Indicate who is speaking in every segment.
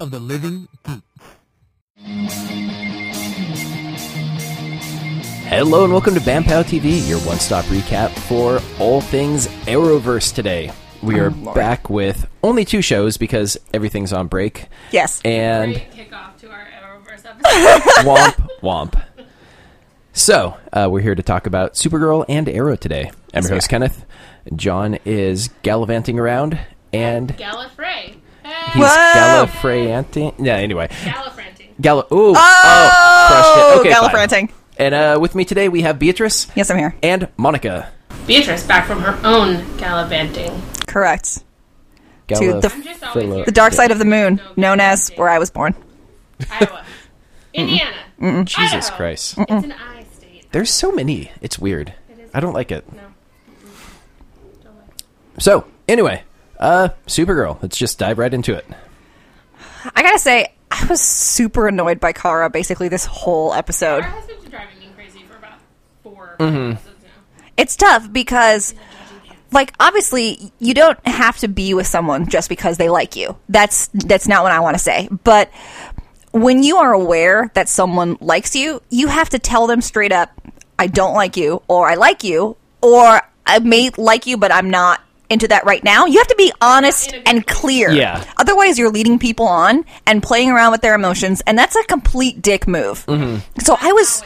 Speaker 1: of the living geek.
Speaker 2: Hello and welcome to Bampow TV, your one-stop recap for all things Arrowverse today. We
Speaker 3: Oh,
Speaker 2: are back with only two shows because everything's on break.
Speaker 3: Yes.
Speaker 2: And
Speaker 4: great kickoff to our Arrowverse episode.
Speaker 2: womp womp. So, uh, we're here to talk about Supergirl and Arrow today. I'm your host, Kenneth. John is gallivanting around, and he's
Speaker 4: Gallifrey. Hey,
Speaker 3: Whoa.
Speaker 2: gallifreyanting. Yeah, anyway.
Speaker 4: Gallifranting.
Speaker 2: Gall- Ooh, oh,
Speaker 3: Oh,
Speaker 2: crushed it. Okay, fine.
Speaker 3: Gallifranting.
Speaker 2: And uh, with me today, we have Beatrice
Speaker 3: Yes, I'm here.
Speaker 2: and Monica.
Speaker 4: Beatrice back from her own gallivanting.
Speaker 3: Correct. To the-
Speaker 4: I'm just always here.
Speaker 3: The dark side of the moon, known as where I was born.
Speaker 4: Iowa. Indiana.
Speaker 2: Jesus
Speaker 4: Idaho.
Speaker 2: Christ.
Speaker 4: It's an I state.
Speaker 2: There's so many. It's weird.
Speaker 4: is.
Speaker 2: I don't like it.
Speaker 4: No. Don't like it.
Speaker 2: So, anyway, uh Supergirl. Let's just dive right into it.
Speaker 3: I gotta say, I was super annoyed by Kara basically this whole episode.
Speaker 4: Our husband's been driving me crazy for about 4 episodes now.
Speaker 3: It's tough because, like, obviously you don't have to be with someone just because they like you. That's that's not what I want to say, but. When you are aware that someone likes you, you have to tell them straight up, I don't like you, or I like you, or I may like you, but I'm not into that right now. You have to be honest and clear.
Speaker 2: Yeah.
Speaker 3: Otherwise, you're leading people on and playing around with their emotions, and that's a complete dick move. So I was.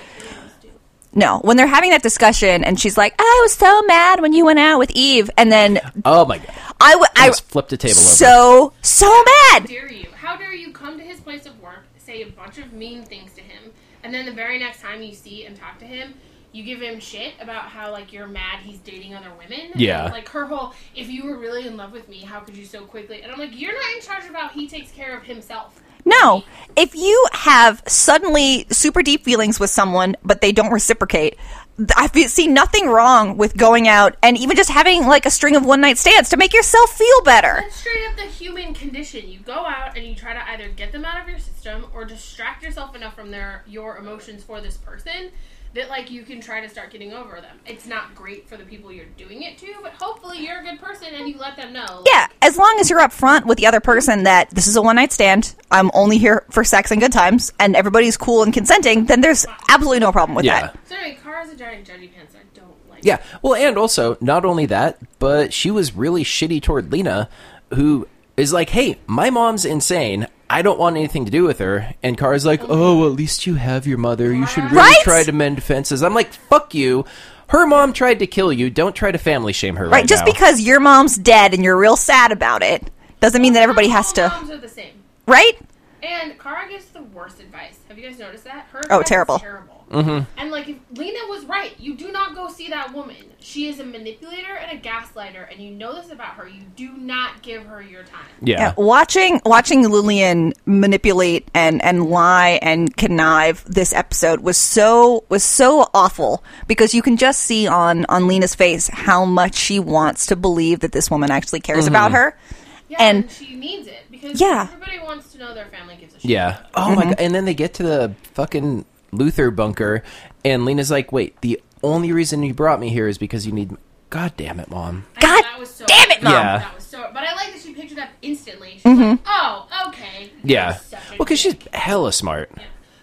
Speaker 3: No, when they're having that discussion, and she's like, "Oh, "I was so mad when you went out with Eve," and then
Speaker 2: Oh my god.
Speaker 3: I, w- I
Speaker 2: Just flip the table over.
Speaker 3: so so mad.
Speaker 4: Dare you? How dare you come to his place of work, say a bunch of mean things to him, and then the very next time you see and talk to him, you give him shit about how like you're mad he's dating other women.
Speaker 2: Yeah.
Speaker 4: And, like her whole, if you were really in love with me, how could you so quickly? And I'm like, you're not in charge about he takes care of himself.
Speaker 3: No, if you have suddenly super deep feelings with someone, but they don't reciprocate, th- I fe- see nothing wrong with going out and even just having like a string of one night stands to make yourself feel better.
Speaker 4: That's straight up the human condition. You go out and you try to either get them out of your system or distract yourself enough from their your emotions for this person that like you can try to start getting over them. It's not great for the people you're doing it to, but hopefully you're a good person and you let them know. like,
Speaker 3: Yeah, as long as you're upfront with the other person that this is a one night stand, I'm only here for sex and good times, and everybody's cool and consenting, then there's absolutely no problem with
Speaker 2: Yeah.
Speaker 3: that.
Speaker 4: So anyway, Kara's a giant judgy pants. I don't like.
Speaker 2: Yeah. Well, and also, not only that, but she was really shitty toward Lena, who is like, hey, my mom's insane. I don't want anything to do with her. And Kara's like, oh, at least you have your mother. You should really
Speaker 3: Right?
Speaker 2: try to mend fences. I'm like, fuck you. Her mom tried to kill you. Don't try to family shame her right,
Speaker 3: Right? Just
Speaker 2: now.
Speaker 3: because your mom's dead and you're real sad about it doesn't mean that everybody
Speaker 4: All
Speaker 3: has to,
Speaker 4: Moms are the same.
Speaker 3: right?
Speaker 4: And Kara gives the worst advice. Have you guys noticed that? Her
Speaker 3: Oh,
Speaker 4: advice is
Speaker 3: terrible.
Speaker 4: terrible. Mm-hmm. And like, if Lena was right. You do not go see that woman. She is a manipulator and a gaslighter, and you know this about her. You do not give her your time.
Speaker 3: Yeah,
Speaker 2: Yeah.
Speaker 3: Uh, watching watching Lillian manipulate and and lie and connive this episode was so was so awful because you can just see on on Lena's face how much she wants to believe that this woman actually cares about her.
Speaker 4: Yeah,
Speaker 3: And-
Speaker 4: and, she needs it because
Speaker 3: Yeah.
Speaker 4: everybody wants to know their family gives a shit.
Speaker 2: Yeah. Oh
Speaker 4: Mm-hmm.
Speaker 2: my god. And then they get to the fucking Luther bunker and Lena's like, "Wait, the only reason you brought me here is because you need God damn it, mom."
Speaker 4: I know,
Speaker 3: God
Speaker 4: that was so
Speaker 3: damn it, Mom. Mm-hmm.
Speaker 2: Yeah.
Speaker 4: That was so. But I like that she picked it up instantly. She's like, oh, okay.
Speaker 2: Yeah.
Speaker 4: Such a
Speaker 2: Well, cuz she's
Speaker 4: dick.
Speaker 2: hella smart.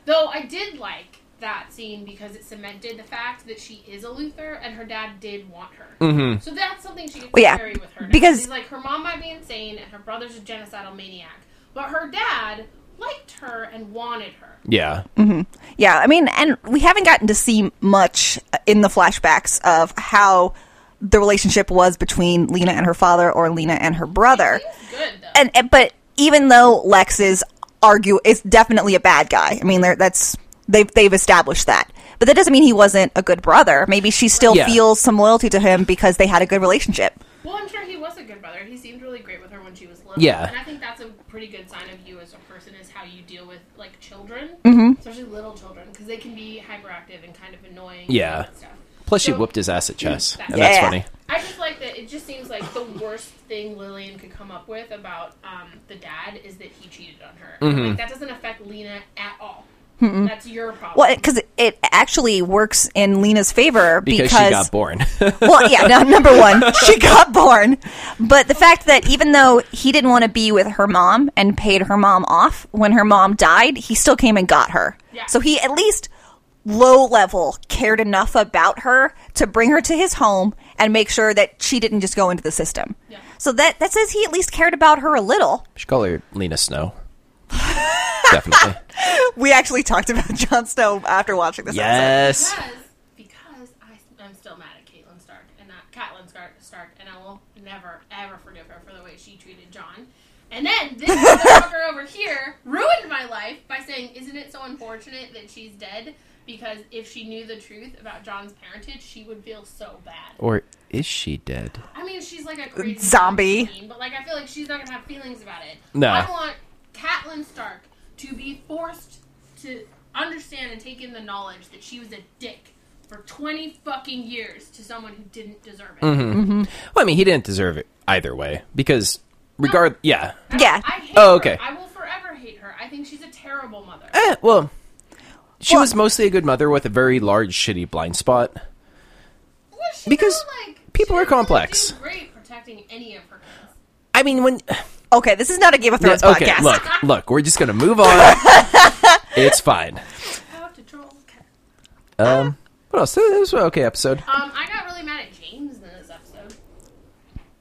Speaker 4: Though I did like that scene because it cemented the fact that she is a Luther and her dad did want her. Mm-hmm. So that's something she can
Speaker 3: Well, yeah,
Speaker 4: carry with her. now.
Speaker 3: because-
Speaker 4: She's like her mom might be insane and her brother's a genocidal maniac, but her dad liked her and wanted her.
Speaker 2: Yeah.
Speaker 4: Mm-hmm.
Speaker 3: Yeah, I mean, and we haven't gotten to see much in the flashbacks of how the relationship was between Lena and her father or Lena and her brother.
Speaker 4: It's good though.
Speaker 3: and, and- but even though Lex is argue is definitely a bad guy. I mean, they're- that's they've they've established that. But that doesn't mean he wasn't a good brother. Maybe she still
Speaker 2: Yeah.
Speaker 3: feels some loyalty to him because they had a good relationship.
Speaker 4: well, I'm sure he was a good brother. He seemed really great with her when she was little.
Speaker 2: Yeah.
Speaker 4: and I think that's a pretty good sign of you as a person is how you deal with like children,
Speaker 3: Mm-hmm.
Speaker 4: especially little children, because they can be hyperactive and kind of annoying.
Speaker 2: Yeah.
Speaker 4: And stuff.
Speaker 2: Plus she
Speaker 4: So-
Speaker 2: whooped his ass at chess.
Speaker 4: Yeah.
Speaker 2: And that's
Speaker 3: Yeah.
Speaker 2: funny.
Speaker 4: I just like that it just seems like the worst thing Lillian could come up with about um, the dad is that he cheated on her. Like that doesn't affect Lena at all. That's your problem.
Speaker 3: Well, because it, it actually works in Lena's favor
Speaker 2: because,
Speaker 3: because,
Speaker 2: she got born.
Speaker 3: well, yeah, no, number one, she got born. But the fact that even though he didn't want to be with her mom and paid her mom off when her mom died, he still came and got her.
Speaker 4: Yeah.
Speaker 3: So he at least low level cared enough about her to bring her to his home and make sure that she didn't just go into the system.
Speaker 4: Yeah.
Speaker 3: So that that says he at least cared about her a little.
Speaker 2: she call her Lena Snow. Definitely.
Speaker 3: We actually talked about Jon Snow after watching this.
Speaker 2: Yes.
Speaker 4: because because I, I'm still mad at Caitlyn Stark and not Catelyn Stark, Stark, and I will never ever forgive her for the way she treated John. And then this motherfucker over here ruined my life by saying, "Isn't it so unfortunate that she's dead?" Because if she knew the truth about John's parentage, she would feel so bad.
Speaker 2: Or is she dead?
Speaker 4: I mean, she's like a crazy
Speaker 3: Zombie.
Speaker 4: queen, but like I feel like she's not gonna have feelings about it.
Speaker 2: No.
Speaker 4: I want Catelyn Stark to be forced to understand and take in the knowledge that she was a dick for twenty fucking years to someone who didn't deserve it.
Speaker 2: Mm-hmm. Well, I mean, he didn't deserve it either way because regard. Yeah.
Speaker 4: I-
Speaker 3: Yeah.
Speaker 4: I hate
Speaker 2: Oh, okay.
Speaker 4: Her. I will forever hate her. I think she's a terrible mother.
Speaker 2: Eh, well, she
Speaker 3: Well-
Speaker 2: was mostly a good mother with a very large, shitty blind spot.
Speaker 4: Well, she
Speaker 2: because
Speaker 4: don't, like,
Speaker 2: people
Speaker 4: she
Speaker 2: are
Speaker 4: doesn't really
Speaker 2: complex.
Speaker 4: do great protecting any of her kids.
Speaker 2: I mean, when
Speaker 3: Okay, this is not a Game of Thrones
Speaker 2: okay,
Speaker 3: podcast.
Speaker 2: look, look, we're just gonna move on. it's fine.
Speaker 4: How to troll cat.
Speaker 2: Um, what else? This was an okay episode.
Speaker 4: Um, I got really mad at James in this episode.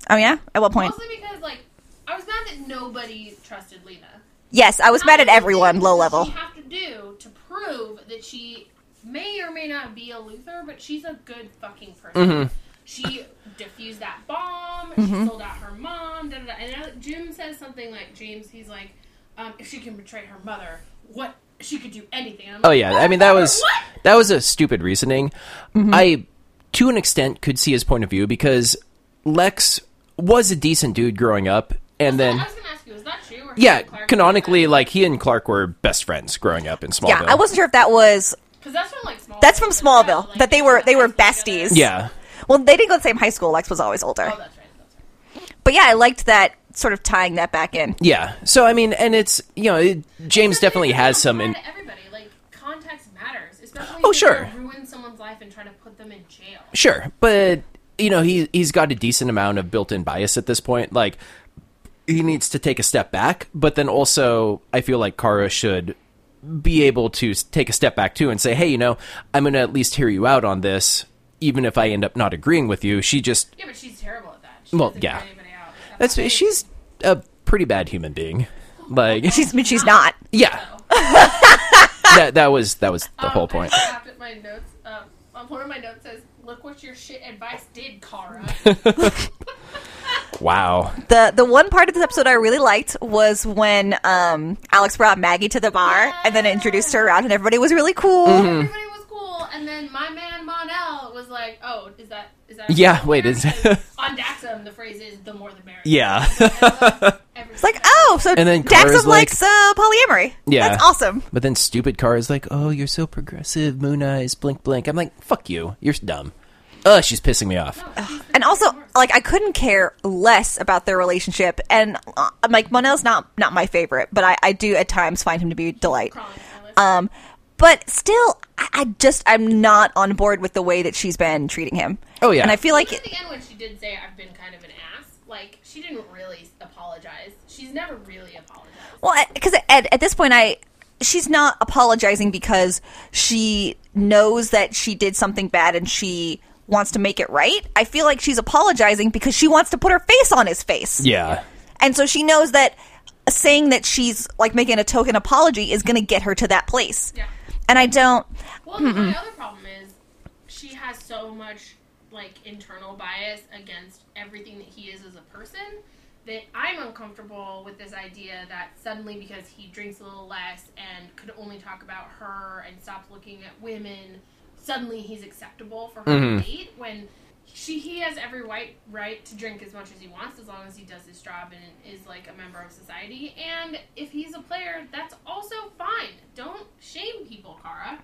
Speaker 3: Oh yeah, at what point?
Speaker 4: Mostly because like I was mad that nobody trusted Lena.
Speaker 3: Yes, I was mad at
Speaker 4: How many
Speaker 3: everyone.
Speaker 4: things
Speaker 3: Low
Speaker 4: does
Speaker 3: level.
Speaker 4: She have to do to prove that she may or may not be a Luther, but she's a good fucking person.
Speaker 3: Mm-hmm.
Speaker 4: She defused that bomb. She sold out her mom. Da, da, da. And now Jim says something like James. He's like, um, if she can betray her mother, what she could do anything. And I'm
Speaker 2: Oh
Speaker 4: like,
Speaker 2: yeah, I mean that was
Speaker 4: What?
Speaker 2: that was a stupid reasoning. I, to an extent, could see his point of view because Lex was a decent dude growing up, and then
Speaker 4: I was gonna ask you, is that true? Or
Speaker 2: yeah,
Speaker 4: Clark-
Speaker 2: canonically, like he and Clark were best friends growing up in Smallville.
Speaker 3: Yeah, I wasn't sure if that was
Speaker 4: 'Cause that's from like Smallville.
Speaker 3: That's from
Speaker 4: as well,
Speaker 3: Smallville,
Speaker 4: like,
Speaker 3: that they were- they were
Speaker 4: nice together.
Speaker 3: besties.
Speaker 2: Yeah,
Speaker 3: well, they didn't go to the same high school. Lex was always older,
Speaker 4: Oh, that's right. That's right.
Speaker 3: but yeah, I liked that sort of tying that back in.
Speaker 2: yeah. So I mean, and it's you know it, James
Speaker 4: But it
Speaker 2: definitely
Speaker 4: doesn't
Speaker 2: has some.
Speaker 4: apply
Speaker 2: In,
Speaker 4: to everybody. Like context matters, especially
Speaker 2: Oh,
Speaker 4: if you're
Speaker 2: sure.
Speaker 4: gonna ruin someone's life and try to put them in jail.
Speaker 2: Sure, but you know he he's got a decent amount of built-in bias at this point. Like he needs to take a step back, but then also I feel like Kara should be able to s- take a step back too and say, "Hey, you know, I'm going to at least hear you out on this, even if I end up not agreeing with you." She just
Speaker 4: Yeah, but she's terrible at that. She
Speaker 2: Well,
Speaker 4: doesn't
Speaker 2: yeah.
Speaker 4: hear anybody out.
Speaker 2: that's
Speaker 4: not-
Speaker 2: she's a pretty bad human being. Like
Speaker 3: She's I mean, she's not.
Speaker 2: yeah, that that was that was the
Speaker 4: Um,
Speaker 2: whole point.
Speaker 4: I just laughed at my notes. Um, on one of my notes says, "Look what your shit advice did, Kara."
Speaker 2: Wow.
Speaker 3: the The one part of this episode I really liked was when um, Alex brought Maggie to the bar and then introduced her around, and everybody was really cool.
Speaker 2: Mm-hmm.
Speaker 4: Everybody was cool, and then my man Monel was like, "Oh, is that is that?"
Speaker 2: Yeah, wait, is-
Speaker 4: on Daxum the phrase is "the more the merrier." uh,
Speaker 2: Yeah.
Speaker 4: it's
Speaker 3: Like, oh, so
Speaker 2: And then
Speaker 3: Dax
Speaker 2: Kara's
Speaker 3: is likes uh, polyamory.
Speaker 2: Yeah.
Speaker 3: that's awesome.
Speaker 2: But then stupid car is like, "Oh, you're so progressive, moon eyes, blink blink." I'm like, "Fuck you, you're dumb." Ugh, she's pissing me off.
Speaker 3: And also, like, I couldn't care less about their relationship. And uh, I'm like, Monel's not not my favorite, but I, I do at times find him to be a delight. Um, but still, I, I just I'm not on board with the way that she's been treating him.
Speaker 2: Oh, yeah.
Speaker 3: and I feel like
Speaker 4: at the end when she did say I've been kind of an ass, like she didn't really apologize. She's never really apologized.
Speaker 3: well, because at, at this point, I she's not apologizing because she knows that she did something bad and she wants to make it right. I feel like she's apologizing because she wants to put her face on his face.
Speaker 2: Yeah,
Speaker 3: And so she knows that saying that she's like making a token apology is going to get her to that place.
Speaker 4: Yeah.
Speaker 3: And I don't.
Speaker 4: Well, and my other problem is she has so much like internal bias against everything that he is as a person that I'm uncomfortable with this idea that suddenly because he drinks a little less and could only talk about her and stops looking at women, suddenly he's acceptable for her to date when she he has every right right to drink as much as he wants as long as he does his job and is like a member of society. And if he's a player, that's also fine. Don't shame people, Kara.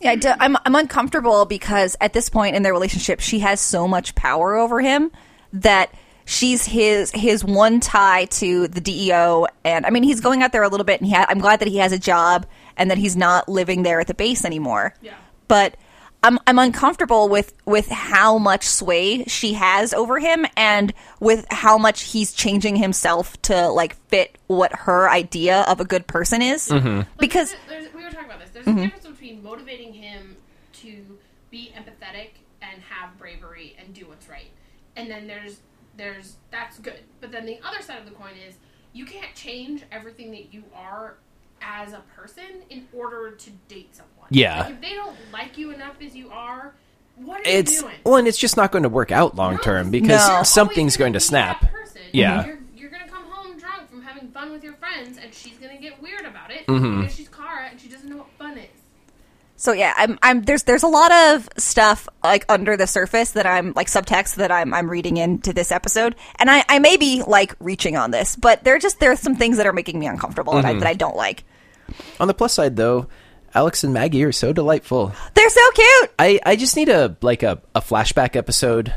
Speaker 3: Yeah, I don't, I'm I'm uncomfortable because at this point in their relationship, she has so much power over him that she's his his one tie to the DEO, and I mean he's going out there a little bit, and he ha- I'm glad that he has a job and that he's not living there at the base anymore.
Speaker 4: Yeah.
Speaker 3: But I'm I'm uncomfortable with with how much sway she has over him, and with how much he's changing himself to like fit what her idea of a good person is. Because
Speaker 4: there's, we were talking about this. There's
Speaker 2: Mm-hmm.
Speaker 4: a difference between motivating him to be empathetic and have bravery and do what's right, and then there's there's that's good. But then the other side of the coin is you can't change everything that you are as a person in order to date someone.
Speaker 2: Yeah.
Speaker 4: Like, if they don't like you enough as you are, what are
Speaker 2: It's
Speaker 4: you doing?
Speaker 2: well, and it's just not going to work out long term because
Speaker 3: No.
Speaker 2: something's
Speaker 4: always
Speaker 2: going
Speaker 4: gonna
Speaker 2: to
Speaker 4: be
Speaker 2: snap.
Speaker 4: that person. Mm-hmm.
Speaker 2: Yeah.
Speaker 4: You're, you're going to come home drunk from having fun with your friends, and she's going to get weird about it
Speaker 2: Mm-hmm.
Speaker 4: because she's Kara and she doesn't know what fun is.
Speaker 3: So yeah, I'm I'm there's there's a lot of stuff like under the surface that I'm like subtext that I'm I'm reading into this episode, and I I may be like reaching on this, but there are just there are some things that are making me uncomfortable and I, that I don't like.
Speaker 2: On the plus side, though, Alex and Maggie are so delightful.
Speaker 3: They're so cute.
Speaker 2: I, I just need a like a, a flashback episode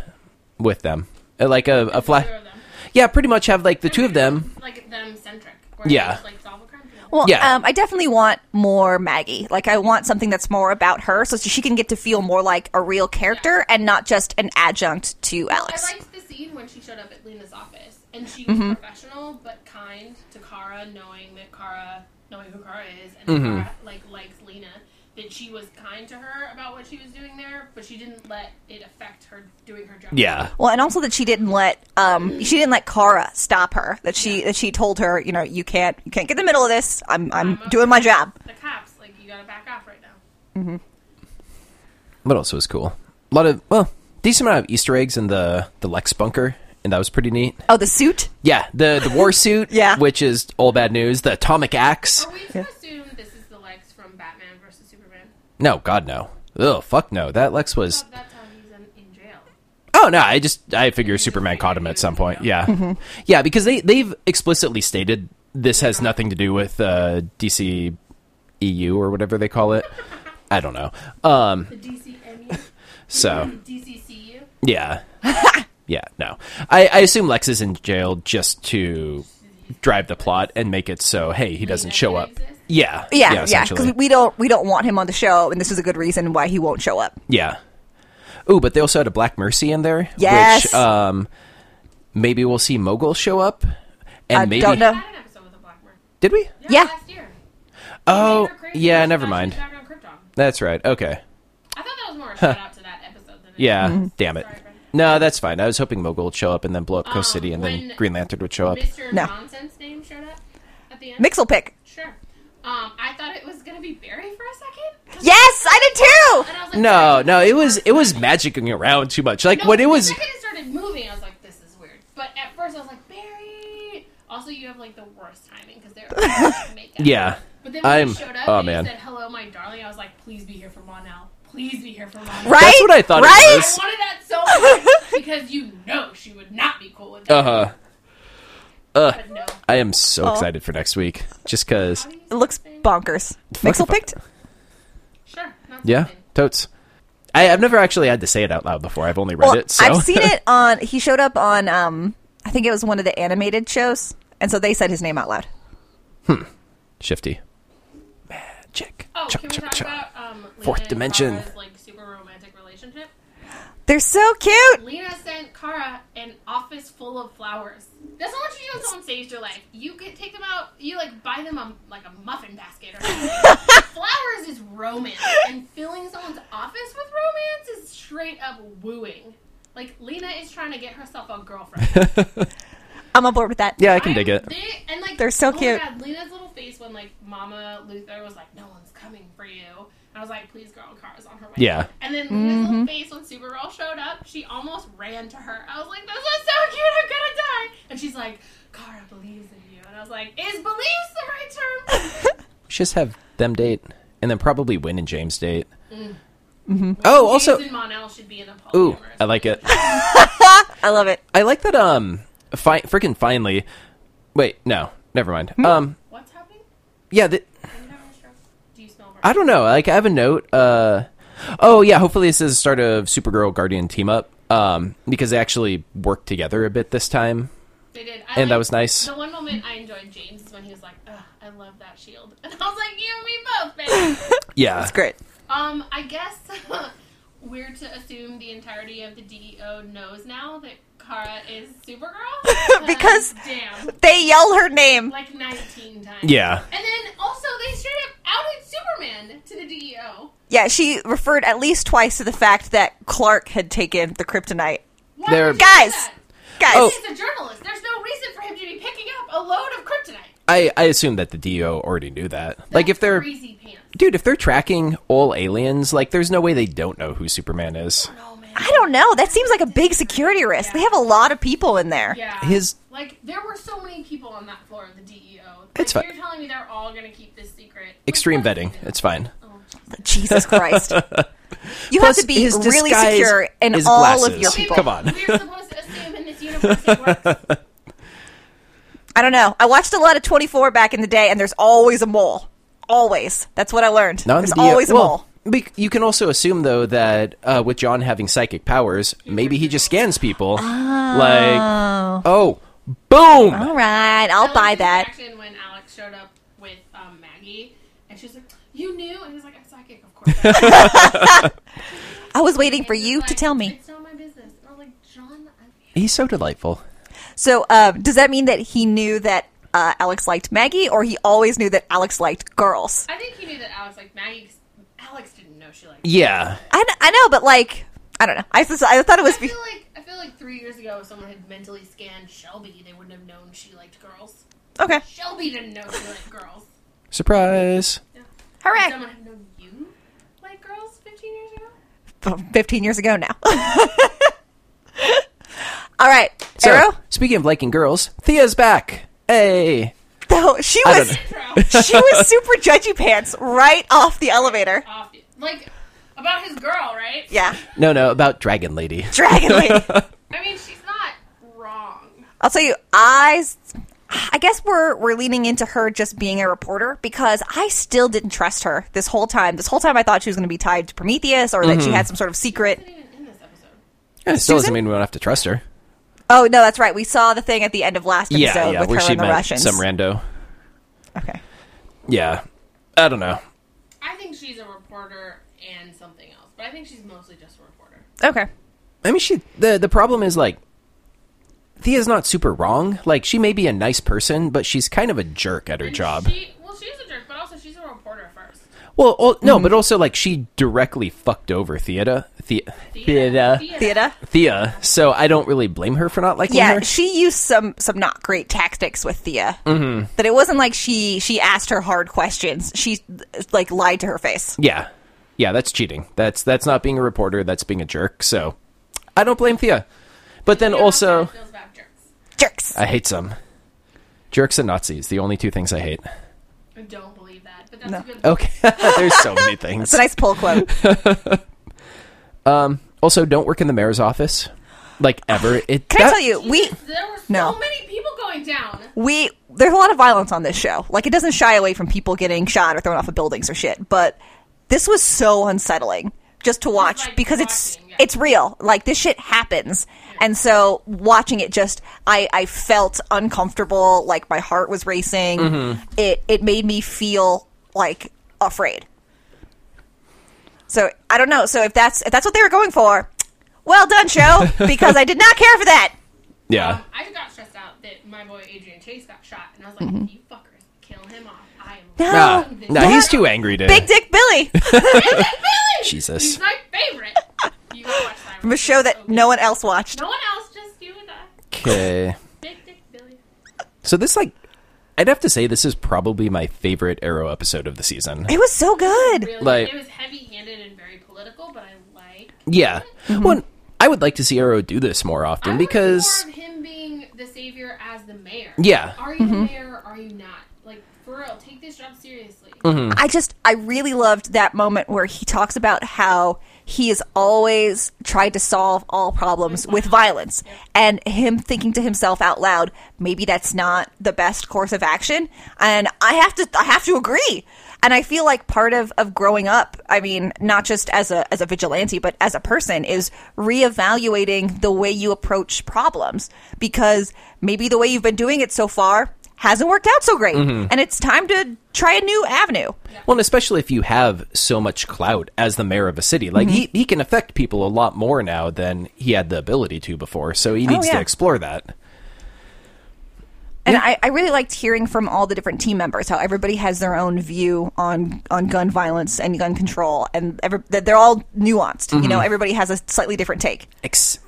Speaker 2: with them, Uh, like a, a flash.
Speaker 4: Either of them.
Speaker 2: Yeah, pretty much have like the two of them.
Speaker 4: Like them centric.
Speaker 2: Yeah.
Speaker 4: Like solve a crime together.
Speaker 3: Well,
Speaker 2: Yeah.
Speaker 3: um, I definitely want more Maggie. Like I want something that's more about her, so she can get to feel more like a real character and not just an adjunct to
Speaker 4: I
Speaker 3: Alex.
Speaker 4: liked the scene when she showed up at Lena's office and she was
Speaker 2: Mm-hmm.
Speaker 4: professional but kind to Kara, knowing that Kara, knowing who Kara is, and that
Speaker 2: Mm-hmm.
Speaker 4: Kara like likes Lena. That she was kind to her about what she was doing there, but she didn't let it affect her doing her job.
Speaker 2: Yeah,
Speaker 3: Well, and also that she didn't let um she didn't let Kara stop her. That she that she told her, you know, you can't you can't get in the middle of this. I'm I'm
Speaker 4: up
Speaker 3: doing my job.
Speaker 4: The cops, like you gotta back off right now.
Speaker 2: what else was cool? A lot of well, decent amount of Easter eggs in the the Lex bunker, and that was pretty neat.
Speaker 3: Oh, the suit.
Speaker 2: Yeah, the the war suit,
Speaker 3: Yeah.
Speaker 2: which is all bad news. The atomic axe.
Speaker 4: Are we to assume this is the Lex from Batman versus Superman?
Speaker 2: No, God no. Oh fuck no. That Lex
Speaker 4: I
Speaker 2: was.
Speaker 4: thought that's how he's in, in jail.
Speaker 2: Oh no, I just I figure Superman caught him at some point. Yeah,
Speaker 3: Mm-hmm.
Speaker 2: yeah, because they they've explicitly stated this has nothing to do with uh, DC EU or whatever they call it. I don't know. Um,
Speaker 4: The DCMU,
Speaker 2: so
Speaker 4: DCCU.
Speaker 2: yeah, yeah, no. I, I assume Lex is in jail just to drive the plot and make it so hey he doesn't show up. Yeah,
Speaker 3: Yeah, yeah.
Speaker 2: essentially.
Speaker 3: Because we don't we don't want him on the show, and this is a good reason why he won't show up.
Speaker 2: Yeah. Ooh, but they also had a Black Mercy in there.
Speaker 3: Yes.
Speaker 2: Which, um, maybe we'll see Mogul show up. And
Speaker 3: I
Speaker 2: maybe
Speaker 3: don't know.
Speaker 4: I had an episode with a black man.
Speaker 2: did we?
Speaker 3: Yeah.
Speaker 4: Last year.
Speaker 2: Oh,
Speaker 4: They were crazy.
Speaker 2: yeah.
Speaker 4: They
Speaker 2: Never
Speaker 4: smashed
Speaker 2: mind.
Speaker 4: it back on Krypton.
Speaker 2: That's right. Okay.
Speaker 4: I thought that was more a shout out to that episode. Than it-
Speaker 2: Yeah.
Speaker 3: Mm-hmm.
Speaker 2: Damn it.
Speaker 4: Sorry, Brenda.
Speaker 2: No, that's fine. I was hoping Mogul would show up and then blow up Coast
Speaker 4: Um,
Speaker 2: City and then
Speaker 4: when-
Speaker 2: Green Lantern would show up.
Speaker 4: Mr.
Speaker 3: No.
Speaker 4: Nonsense name showed up at the end.
Speaker 3: Mixel pick.
Speaker 4: Sure. Um, I thought it was gonna be Barry for a second. 'Cause-
Speaker 3: Yes, I did too.
Speaker 4: And I was like,
Speaker 2: No,
Speaker 4: sorry.
Speaker 2: no, it was it was magicking around too much. Like
Speaker 4: No,
Speaker 2: when it
Speaker 4: the
Speaker 2: was
Speaker 4: second it started moving, I was like, "This is weird." But at first, I was like, "Barry." Also, you have like the worst timing because they're like, makeup.
Speaker 2: Yeah.
Speaker 4: But then when
Speaker 2: I'm-
Speaker 4: you showed up
Speaker 2: oh,
Speaker 4: and you
Speaker 2: man.
Speaker 4: said, "Hello, my darling," I was like, "Please be here for Monel. Please be here for Monel."
Speaker 3: Right?
Speaker 2: That's what I thought it
Speaker 4: I
Speaker 3: Right?
Speaker 2: was.
Speaker 4: wanted that so much because you know she would not be cool with that.
Speaker 2: uh huh. Uh,
Speaker 4: But no.
Speaker 2: I am so
Speaker 3: Oh.
Speaker 2: excited for next week. Just cause
Speaker 3: It looks bonkers.
Speaker 2: Fucking
Speaker 3: Mixel
Speaker 2: fu-
Speaker 3: picked.
Speaker 4: Sure. Not
Speaker 2: Yeah,
Speaker 4: something.
Speaker 2: totes. I, I've never actually had to say it out loud before. I've only read
Speaker 3: Well,
Speaker 2: it. So.
Speaker 3: I've seen it on. He showed up on. Um, I think it was one of the animated shows, and so they said his name out loud.
Speaker 2: Shifty. Magic.
Speaker 4: Oh,
Speaker 2: Cha-
Speaker 4: can we
Speaker 2: cha-
Speaker 4: talk
Speaker 2: cha.
Speaker 4: about um, Lena
Speaker 2: Fourth
Speaker 4: and
Speaker 2: dimension.
Speaker 4: Kara's, like super romantic relationship?
Speaker 3: They're so cute.
Speaker 4: Lena sent Kara an office full of flowers. That's not what you do when someone saves your life. You could take them out. You like buy them a like a muffin basket or something. flowers is romance, and filling someone's office with romance is straight up wooing. Like Lena is trying to get herself a girlfriend.
Speaker 3: I'm on board with that.
Speaker 2: Yeah, I can
Speaker 4: I'm-
Speaker 2: dig it.
Speaker 4: They, and like
Speaker 3: They're so
Speaker 4: oh my
Speaker 3: cute.
Speaker 4: God, Lena's little face when like Mama Luther was like, "No one's coming for you." And I was like, "Please, girl, Kara's on her way."
Speaker 2: Yeah.
Speaker 4: And then Lena's
Speaker 3: Mm-hmm.
Speaker 4: little face when Supergirl showed up, she almost ran to her. I was like, "This is so cute. I'm gonna die." And she's like, "Kara believes in you." And I was like, "Is believes the right term?"
Speaker 2: We should just have them date, and then probably Win and James date. Oh, also,
Speaker 4: Jason Monel should be in a
Speaker 2: ooh, uh,
Speaker 4: polyamorous.
Speaker 2: I like it.
Speaker 3: I love it.
Speaker 2: I like that. Um, fi- freaking finally. Wait, no, never mind. Um,
Speaker 4: What's happening?
Speaker 2: yeah, th-
Speaker 4: Are you having a stroke? Do you smell? burnt?
Speaker 2: I don't know. Like, I have a note. Uh, oh yeah, hopefully this is the start of Supergirl Guardian team up. um, because they actually worked together a bit this time.
Speaker 4: They did. I
Speaker 2: And that
Speaker 4: liked-
Speaker 2: was nice.
Speaker 4: The one moment I enjoyed James is when he was like, Ugh, I love that shield. And I was like, you and me both, baby.
Speaker 2: Yeah,
Speaker 3: It's great.
Speaker 4: um, I guess we're to assume the entirety of the DEO knows now that Kara is Supergirl.
Speaker 3: Because-
Speaker 4: Damn.
Speaker 3: They yell her name.
Speaker 4: Like 19 times.
Speaker 2: Yeah,
Speaker 4: And then also, they straight up outed Superman to the E DEO.
Speaker 3: Yeah, she referred at least twice to the fact that Clark had taken the kryptonite.
Speaker 4: Why
Speaker 2: They're-
Speaker 4: would you do
Speaker 3: Guys.
Speaker 4: that?
Speaker 3: Guys,
Speaker 2: Oh.
Speaker 4: He's a journalist. There's no reason for him to be picking up a load of kryptonite.
Speaker 2: I I assume that the DO already knew that. like if they're
Speaker 4: crazy pants.
Speaker 2: dude, if they're tracking all aliens, like there's no way they don't know who Superman is.
Speaker 4: No man.
Speaker 3: I don't know. That seems like a big security risk. They have a lot of people in there.
Speaker 4: Yeah.
Speaker 2: His
Speaker 4: like there were so many people on that floor of the DEO.
Speaker 2: It's
Speaker 4: like,
Speaker 2: fine.
Speaker 4: You're telling me they're all gonna keep this secret?
Speaker 2: extreme
Speaker 4: Like, what
Speaker 2: vetting,
Speaker 4: is it?
Speaker 2: it's fine.
Speaker 3: Jesus Christ. You
Speaker 2: Plus,
Speaker 3: have to be
Speaker 2: his
Speaker 3: really
Speaker 2: disguise
Speaker 3: secure in
Speaker 2: is
Speaker 3: all
Speaker 2: glasses.
Speaker 3: of your
Speaker 4: Maybe
Speaker 3: people.
Speaker 2: Come on.
Speaker 4: We're supposed to assume in this universe it works.
Speaker 3: I don't know. I watched a lot of 24 back in the day, and there's always a mole. Always. That's what I learned.
Speaker 2: Not in
Speaker 3: there's
Speaker 2: the DO
Speaker 3: always a
Speaker 2: well,
Speaker 3: mole.
Speaker 2: be- you can also assume though that uh, with John having psychic powers, maybe he just scans people. Like oh, boom.
Speaker 3: All right,
Speaker 4: I
Speaker 3: I'll
Speaker 4: liked
Speaker 3: buy
Speaker 4: his
Speaker 3: that.
Speaker 4: reaction when Alex showed up with um, Maggie, and she's like, "You knew," and he's like, "I'm psychic, of course." I know."
Speaker 3: I was waiting for
Speaker 4: And he's
Speaker 3: you to
Speaker 4: like,
Speaker 3: tell me.
Speaker 4: It's not my business. And I was like, "John, I-
Speaker 2: He's so delightful.
Speaker 3: So, uh, does that mean that he knew that uh, Alex liked Maggie, or he always knew that Alex liked girls?
Speaker 4: I think he knew that Alex liked Maggie. 'cause Alex didn't know she liked."
Speaker 2: Yeah.
Speaker 3: I, kn- I know, but like, I don't know. I, just, I thought it was.
Speaker 4: I
Speaker 3: be-
Speaker 4: feel like I feel like three years ago, if someone had mentally scanned Shelby, they wouldn't have known she liked girls.
Speaker 3: okay.
Speaker 4: Shelby didn't know she liked girls.
Speaker 2: Surprise.
Speaker 3: All
Speaker 4: Would
Speaker 3: right.
Speaker 4: someone have known you like girls 15 years ago?
Speaker 3: 15 years ago now. All right.
Speaker 2: So,
Speaker 3: Arrow?
Speaker 2: speaking of liking girls, Thea's back. Hey.
Speaker 3: Though she
Speaker 2: I
Speaker 3: was
Speaker 4: Intro.
Speaker 3: she was super judgy pants right off the elevator.
Speaker 4: Off- like, about his girl, right?
Speaker 3: Yeah.
Speaker 2: No, no, about Dragon Lady.
Speaker 3: Dragon Lady.
Speaker 4: I mean, she's not wrong.
Speaker 3: I'll tell you, I I guess we're we're leaning into her just being a reporter because I still didn't trust her this whole time. This whole time I thought she was going to be tied to Prometheus or
Speaker 2: Mm-hmm.
Speaker 3: that she had some sort of secret.
Speaker 4: She wasn't even in this episode.
Speaker 2: Yeah, it still doesn't
Speaker 3: Uh, Susan?
Speaker 2: mean we don't have to trust her.
Speaker 3: Oh no, that's right. We saw the thing at the end of last episode
Speaker 2: Yeah, yeah,
Speaker 3: with
Speaker 2: where
Speaker 3: her
Speaker 2: she
Speaker 3: and the
Speaker 2: met
Speaker 3: Russians.
Speaker 2: some rando.
Speaker 3: okay.
Speaker 2: Yeah. I don't know.
Speaker 4: I think she's a reporter and something else, but I think she's mostly just a reporter.
Speaker 3: Okay.
Speaker 2: I mean, she the the problem is like Thea's not super wrong. Like she may be a nice person, but she's kind of a jerk at her
Speaker 4: And
Speaker 2: job.
Speaker 4: She, well, she's a jerk, but also she's a reporter first.
Speaker 2: Well, al- no, but also like she directly fucked over Thea, Thea, Thea,
Speaker 3: Theodore?
Speaker 2: Thea. So I don't really blame her for not liking
Speaker 3: Yeah,
Speaker 2: her.
Speaker 3: she used some some not great tactics with Thea. Mm-hmm. That it wasn't like she she asked her hard questions. She like lied to her face.
Speaker 2: Yeah. Yeah, that's cheating. That's that's not being a reporter, that's being a jerk. So I don't blame Thea. But then also
Speaker 4: Feels about jerks.
Speaker 3: Jerks.
Speaker 2: I hate some. Jerks and Nazis, the only two things I hate.
Speaker 4: I don't believe that, but that's
Speaker 3: No.
Speaker 4: a good
Speaker 2: Okay. There's so many
Speaker 3: It's a
Speaker 2: things.
Speaker 3: nice pull quote.
Speaker 2: Also, don't work in the mayor's office. Like ever. It
Speaker 3: Can I
Speaker 2: that-
Speaker 3: tell you, we
Speaker 4: There were so
Speaker 3: No.
Speaker 4: many people going down.
Speaker 3: we there's a lot of violence on this show. Like it doesn't shy away from people getting shot or thrown off of buildings or shit, but this was so unsettling just to watch
Speaker 4: like
Speaker 3: because it's
Speaker 4: watching, yeah.
Speaker 3: it's real. Like this shit happens. And so watching it just I I felt uncomfortable, like my heart was racing. It it made me feel like afraid. So I don't know. So if that's if that's what they were going for, well done show because I did not care for that.
Speaker 2: Yeah.
Speaker 4: Um, I got stressed out that my boy Adrian Chase got shot, and I was like, "You fuckers, kill him off." I am.
Speaker 3: Mm-hmm. No.
Speaker 2: Nah,
Speaker 4: loving this
Speaker 2: nah,
Speaker 4: show.
Speaker 2: he's too angry to
Speaker 3: Uh, Big Dick Billy.
Speaker 4: Really?
Speaker 2: Jesus.
Speaker 4: He's my favorite. You gotta watch Siren.
Speaker 3: from a show that no one else watched.
Speaker 4: No one else, just you and I.
Speaker 2: Okay.
Speaker 4: Big Dick Billy.
Speaker 2: So this like I'd have to say this is probably my favorite Arrow episode of the season.
Speaker 3: It was so good.
Speaker 4: Really,
Speaker 2: Like-
Speaker 4: it was heavy-handed and very political, but I like.
Speaker 2: Yeah.
Speaker 3: Mm-hmm.
Speaker 2: Well, I would like to see Arrow do this more
Speaker 4: I
Speaker 2: often
Speaker 4: wanna see
Speaker 2: because
Speaker 4: more of him being the savior as the mayor.
Speaker 2: Yeah. Mm-hmm.
Speaker 4: Are you the mayor? or Are you not? Like for real,
Speaker 2: Mm-hmm.
Speaker 4: take this job seriously.
Speaker 3: Mm-hmm. I just, I really loved that moment where he talks about how he has always tried to solve all problems with violence. And him thinking to himself out loud, maybe that's not the best course of action. And I have to I have to agree. And I feel like part of, of growing up, I mean, not just as a as a vigilante, but as a person, is reevaluating the way you approach problems. Because maybe the way you've been doing it so far hasn't worked out so great. And it's time to try a new avenue.
Speaker 2: Well, and especially if you have so much clout as the mayor of a city, like
Speaker 3: Mm-hmm.
Speaker 2: he, he can affect people a lot more now than he had the ability to before. So he needs
Speaker 3: Oh, yeah.
Speaker 2: to explore that.
Speaker 3: And I, I really liked hearing from all the different team members how everybody has their own view on on gun violence and gun control, and every, that they're all nuanced. You know, everybody has a slightly different take.
Speaker 2: Ex-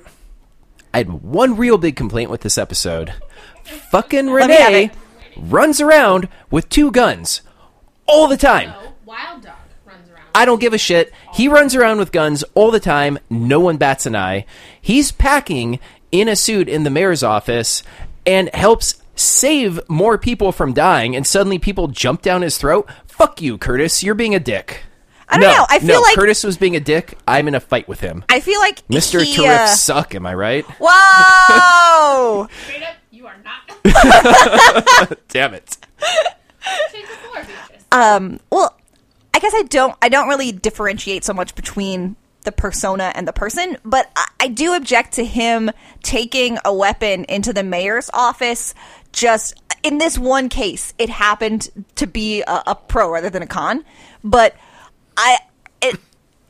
Speaker 2: I had one real big complaint with this episode. Fucking
Speaker 3: me have
Speaker 2: Renee
Speaker 3: it.
Speaker 2: runs around with two guns all the time.
Speaker 4: No, Wild Dog runs around.
Speaker 2: I don't give a shit. He runs around with guns all the time. No one bats an eye. He's packing in a suit in the mayor's office and helps save more people from dying, and suddenly people jump down his throat. Fuck you, Curtis. You're being a dick.
Speaker 3: I don't
Speaker 2: no,
Speaker 3: know. I feel
Speaker 2: no,
Speaker 3: like-
Speaker 2: Curtis was being a dick. I'm in a fight with him.
Speaker 3: I feel like
Speaker 2: Mr.
Speaker 3: He,
Speaker 2: Terriff
Speaker 3: uh,
Speaker 2: suck, am I right?
Speaker 3: whoa!
Speaker 4: Straight up, you are not.
Speaker 2: Damn it.
Speaker 4: Take the floor, Beatrice.
Speaker 2: Uh,
Speaker 3: well, I guess I don't. I don't really differentiate so much between the persona and the person, but I, I do object to him taking a weapon into the mayor's office. Just in this one case, it happened to be a, a pro rather than a con, but I it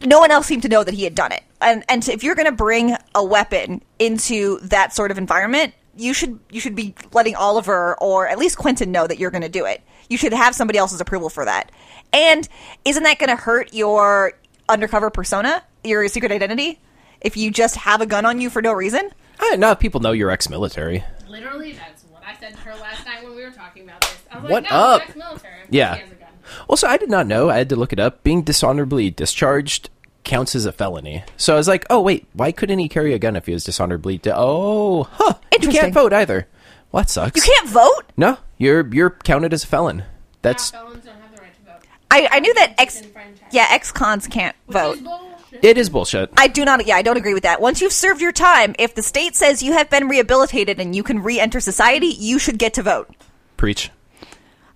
Speaker 3: no one else seemed to know that he had done it. And and if you're going to bring a weapon into that sort of environment, you should you should be letting Oliver or at least Quentin know that you're going to do it. You should have somebody else's approval for that. And isn't that going to hurt your undercover persona, your secret identity, if you just have a gun on you for no reason?
Speaker 2: I, now people know you're ex military.
Speaker 4: Literally, that's what I said to her last night when we were talking about this. I was
Speaker 2: What
Speaker 4: like, no,
Speaker 2: up?
Speaker 4: Jack's military. Of course
Speaker 2: Yeah.
Speaker 4: He has a gun.
Speaker 2: Also, I did not know. I had to look it up. Being dishonorably discharged counts as a felony. So I was like, oh, wait, why couldn't he carry a gun if he was dishonorably di- Oh, huh. You
Speaker 3: Interesting.
Speaker 2: can't vote either. Well, that sucks.
Speaker 3: You can't vote?
Speaker 2: No, you're, you're counted as a felon. That's.
Speaker 4: Not felons don't have the right to vote.
Speaker 3: I, I knew that ex
Speaker 4: In franchise.
Speaker 3: yeah, ex-cons can't
Speaker 4: Which
Speaker 2: Oh.
Speaker 3: vote.
Speaker 4: is bullshit.
Speaker 2: It is bullshit.
Speaker 3: I do not. Yeah, I don't agree with that. Once you've served your time, if the state says you have been rehabilitated and you can re-enter society, you should get to vote.
Speaker 2: Preach.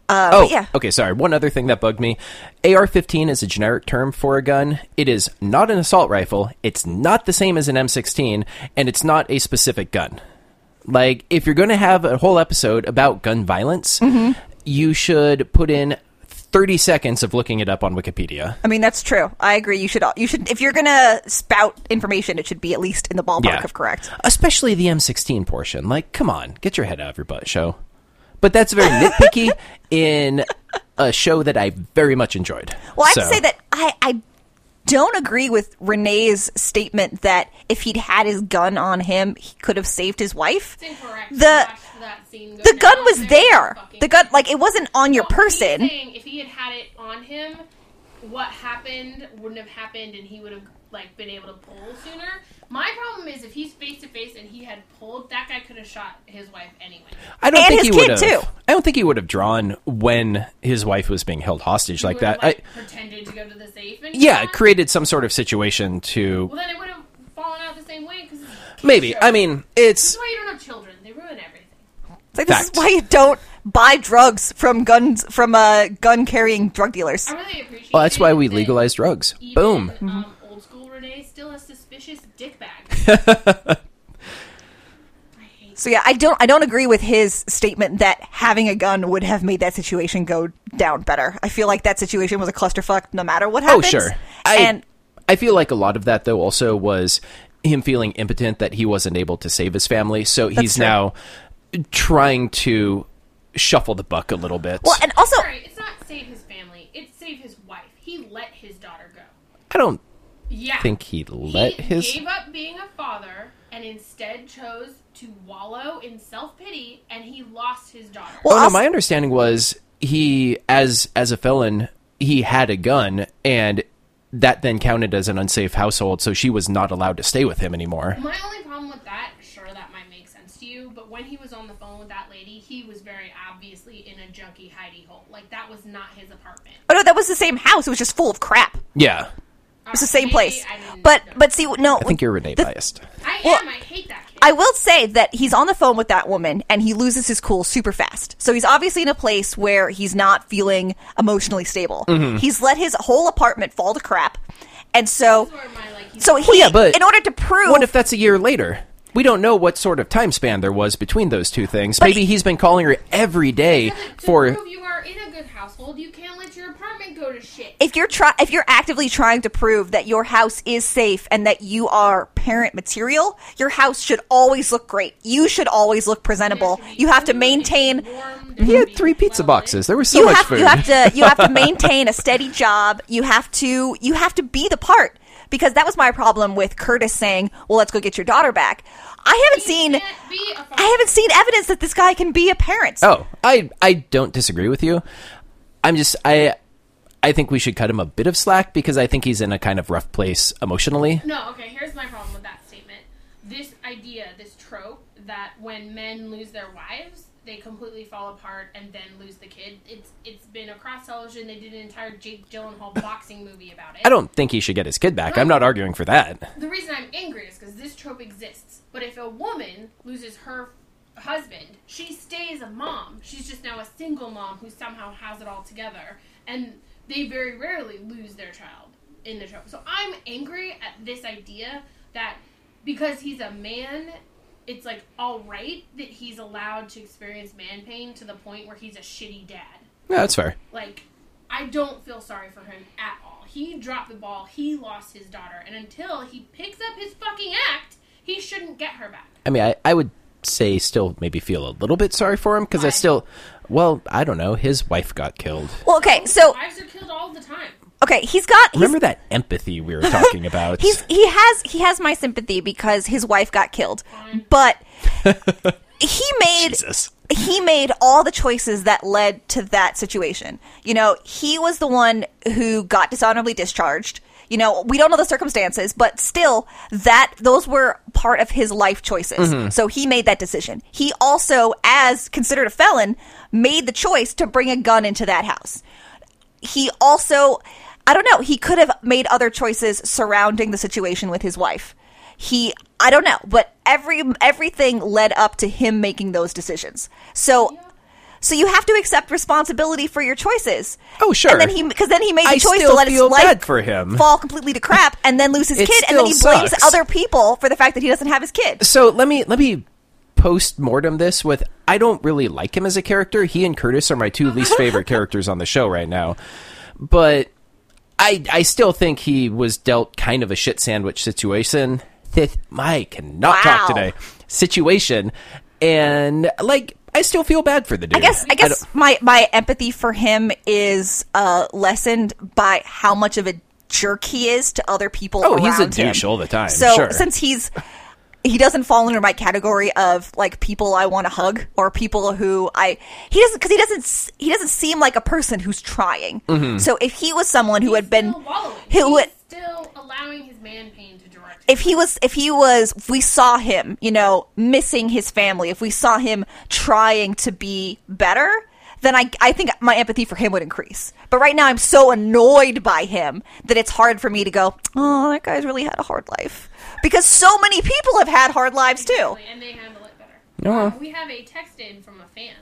Speaker 2: oh,
Speaker 3: Uh, yeah.
Speaker 2: okay, sorry. One other thing that bugged me AR 15 is a generic term for a gun. It is not an assault rifle, it's not the same as an M16, and it's not a specific gun. Like, if you're going to have a whole episode about gun violence,
Speaker 3: Mm-hmm.
Speaker 2: you should put in 30 seconds of looking it up on Wikipedia.
Speaker 3: I mean, that's true. I agree. You should. all You should. If you're gonna spout information, it should be at least in the ballpark
Speaker 2: Yeah.
Speaker 3: of correct.
Speaker 2: Especially the M16 portion. Like, come on, get your head out of your butt, show. But that's very nitpicky in a show that I very much enjoyed.
Speaker 3: Well, I have
Speaker 2: So-
Speaker 3: to say that I, I don't agree with Renee's statement that if he'd had his gun on him, he could have saved his wife.
Speaker 4: It's incorrect.
Speaker 3: The-
Speaker 4: Watch that scene go
Speaker 3: The
Speaker 4: down.
Speaker 3: gun was there.
Speaker 4: fucking-
Speaker 3: The gun, like it wasn't on your
Speaker 4: Well, he's
Speaker 3: person.
Speaker 4: saying if he had had it on him, what happened wouldn't have happened, and he would have like been able to pull sooner. My problem is if he's face to face and he had pulled, that guy could have shot his wife anyway.
Speaker 2: I don't
Speaker 3: And
Speaker 2: think
Speaker 3: his
Speaker 2: he would
Speaker 3: kid,
Speaker 2: have.
Speaker 3: too.
Speaker 2: I don't think he would have drawn when his wife was being held hostage like
Speaker 4: He would've,
Speaker 2: that.
Speaker 4: like,
Speaker 2: I,
Speaker 4: pretended to go to the safe. And
Speaker 2: yeah, it
Speaker 4: shot.
Speaker 2: created some sort of situation to
Speaker 4: Well, then it would have fallen out the same way because that's
Speaker 2: maybe. I mean, it's
Speaker 4: why you don't have children. They ruin everything.
Speaker 3: It's like this is
Speaker 2: Fact.
Speaker 3: why you don't buy drugs from guns from uh, gun carrying drug dealers.
Speaker 4: I really appreciate.
Speaker 2: well, that's why we
Speaker 4: that
Speaker 2: legalize drugs.
Speaker 4: even,
Speaker 2: Boom.
Speaker 4: Um, old school Renee still a suspicious dickbag.
Speaker 3: So yeah, I don't I don't agree with his statement that having a gun would have made that situation go down better. I feel like that situation was a clusterfuck no matter what
Speaker 2: Oh
Speaker 3: happens.
Speaker 2: sure. I
Speaker 3: and
Speaker 2: I feel like a lot of that though also was him feeling impotent that he wasn't able to save his family, so he's
Speaker 3: true.
Speaker 2: now trying to shuffle the buck a little bit.
Speaker 3: well, and also oh,
Speaker 4: Sorry, it's not save his family. It's save his wife. He let his daughter go.
Speaker 2: I don't
Speaker 4: Yeah.
Speaker 2: think he let
Speaker 4: he
Speaker 2: his
Speaker 4: gave up being a father and instead chose to wallow in self pity, and he lost his daughter.
Speaker 3: well,
Speaker 2: Oh, no,
Speaker 3: also-
Speaker 2: my understanding was he, as as a felon, he had a gun, and that then counted as an unsafe household, so she was not allowed to stay with him anymore.
Speaker 4: My only problem with that, sure, that might make sense to you, but when he was on the phone with that lady, he was very obviously in a junkie hidey hole. Like that was not his apartment.
Speaker 3: oh no, that was the same house. It was just full of crap.
Speaker 2: Yeah,
Speaker 3: It's the same
Speaker 4: Maybe
Speaker 3: place.
Speaker 4: I'm-
Speaker 3: But but see no
Speaker 2: I think you're Renee biased.
Speaker 4: I
Speaker 3: Well,
Speaker 4: am. I hate that kid.
Speaker 3: I will say that he's on the phone with that woman and he loses his cool super fast. So he's obviously in a place where he's not feeling emotionally stable.
Speaker 2: Mm-hmm.
Speaker 3: He's let his whole apartment fall to crap. And so
Speaker 4: That's where my, like, he's
Speaker 3: so he
Speaker 2: yeah, but
Speaker 3: in order to prove
Speaker 2: What if that's a year later? We don't know what sort of time span there was between those two things. Maybe he's been calling her every day
Speaker 4: Because to
Speaker 2: for
Speaker 4: prove you are in a good household, you can't let your apartment go to shit.
Speaker 3: if you're try if you're actively trying to prove that your house is safe and that you are parent material, your house should always look great. You should always look presentable. You have to maintain
Speaker 2: he had three pizza boxes. There was so
Speaker 3: you
Speaker 2: much
Speaker 3: have,
Speaker 2: food.
Speaker 3: You have to you have to maintain a steady job. You have to you have to be the part because that was my problem with Curtis saying, "Well, let's go get your daughter back." I haven't seen
Speaker 4: can't be a
Speaker 3: I haven't seen evidence that this guy can be a parent.
Speaker 2: Oh, I I don't disagree with you. I'm just I I think we should cut him a bit of slack because I think he's in a kind of rough place emotionally.
Speaker 4: No, okay, here's my problem with that statement. This idea, this trope that when men lose their wives, they completely fall apart and then lose the kid. It's it's been across television. They did an entire Jake Gyllenhaal boxing movie about it.
Speaker 2: I don't think he should get his kid back. I'm not arguing for that.
Speaker 4: the reason I'm angry is because this trope exists. But if a woman loses her husband, she stays a mom. She's just now a single mom who somehow has it all together. And they very rarely lose their child in the trope. So I'm angry at this idea that because he's a man, it's like all right that he's allowed to experience man pain to the point where he's a shitty dad
Speaker 2: No, that's fair.
Speaker 4: like I don't feel sorry for him at all. He dropped the ball. He lost his daughter, and until he picks up his fucking act, he shouldn't get her back.
Speaker 2: I mean, I, I would say still maybe feel a little bit sorry for him because I
Speaker 4: Why?
Speaker 2: still, well, I don't know. His wife got killed.
Speaker 3: Well, okay, so
Speaker 4: Wives are killed all the time.
Speaker 3: okay, he's got he's,
Speaker 2: Remember that empathy we were talking about?
Speaker 3: he's he has he has my sympathy because his wife got killed, but he made
Speaker 2: Jesus.
Speaker 3: he made all the choices that led to that situation. You know, he was the one who got dishonorably discharged. You know, we don't know the circumstances, but still that those were part of his life choices. So he made that decision. He also as considered a felon made the choice to bring a gun into that house. He also I don't know, he could have made other choices surrounding the situation with his wife. He I don't know, but every everything led up to him making those decisions. So so you have to accept responsibility for your choices.
Speaker 2: Oh, sure.
Speaker 3: And then he because then he made the
Speaker 2: I
Speaker 3: choice to
Speaker 2: still
Speaker 3: let his
Speaker 2: feel
Speaker 3: life
Speaker 2: bad for him.
Speaker 3: fall completely to crap and then lose his
Speaker 2: It
Speaker 3: kid and then he
Speaker 2: still
Speaker 3: blames
Speaker 2: sucks.
Speaker 3: other people for the fact that he doesn't have his kid.
Speaker 2: so let me let me post mortem this with I don't really like him as a character. He and Curtis are my two least favorite characters on the show right now. But I I still think he was dealt kind of a shit sandwich situation. This I cannot
Speaker 3: Wow.
Speaker 2: talk today. Situation and like I still feel bad for the dude.
Speaker 3: I guess I
Speaker 2: don't-
Speaker 3: guess my my empathy for him is uh, lessened by how much of a jerk he is to other people.
Speaker 2: Oh, he's a
Speaker 3: around him.
Speaker 2: douche all the time,
Speaker 3: So
Speaker 2: sure.
Speaker 3: since he's he doesn't fall under my category of like people I want to hug or people who I he doesn't because he doesn't s- he doesn't seem like a person who's trying.
Speaker 2: Mm-hmm.
Speaker 3: So if he was someone who had been
Speaker 4: Still wallowing.
Speaker 3: who
Speaker 4: He's
Speaker 3: would
Speaker 4: still allowing his man pain to direct. him.
Speaker 3: if he was if he was if we saw him you know missing his family if we saw him trying to be better then I, I think my empathy for him would increase but right now i'm so annoyed by him that it's hard for me to go oh that guy's really had a hard life because so many people have had hard lives too
Speaker 4: and they handle it better.
Speaker 2: No.
Speaker 4: Um, we have a text in from a fan.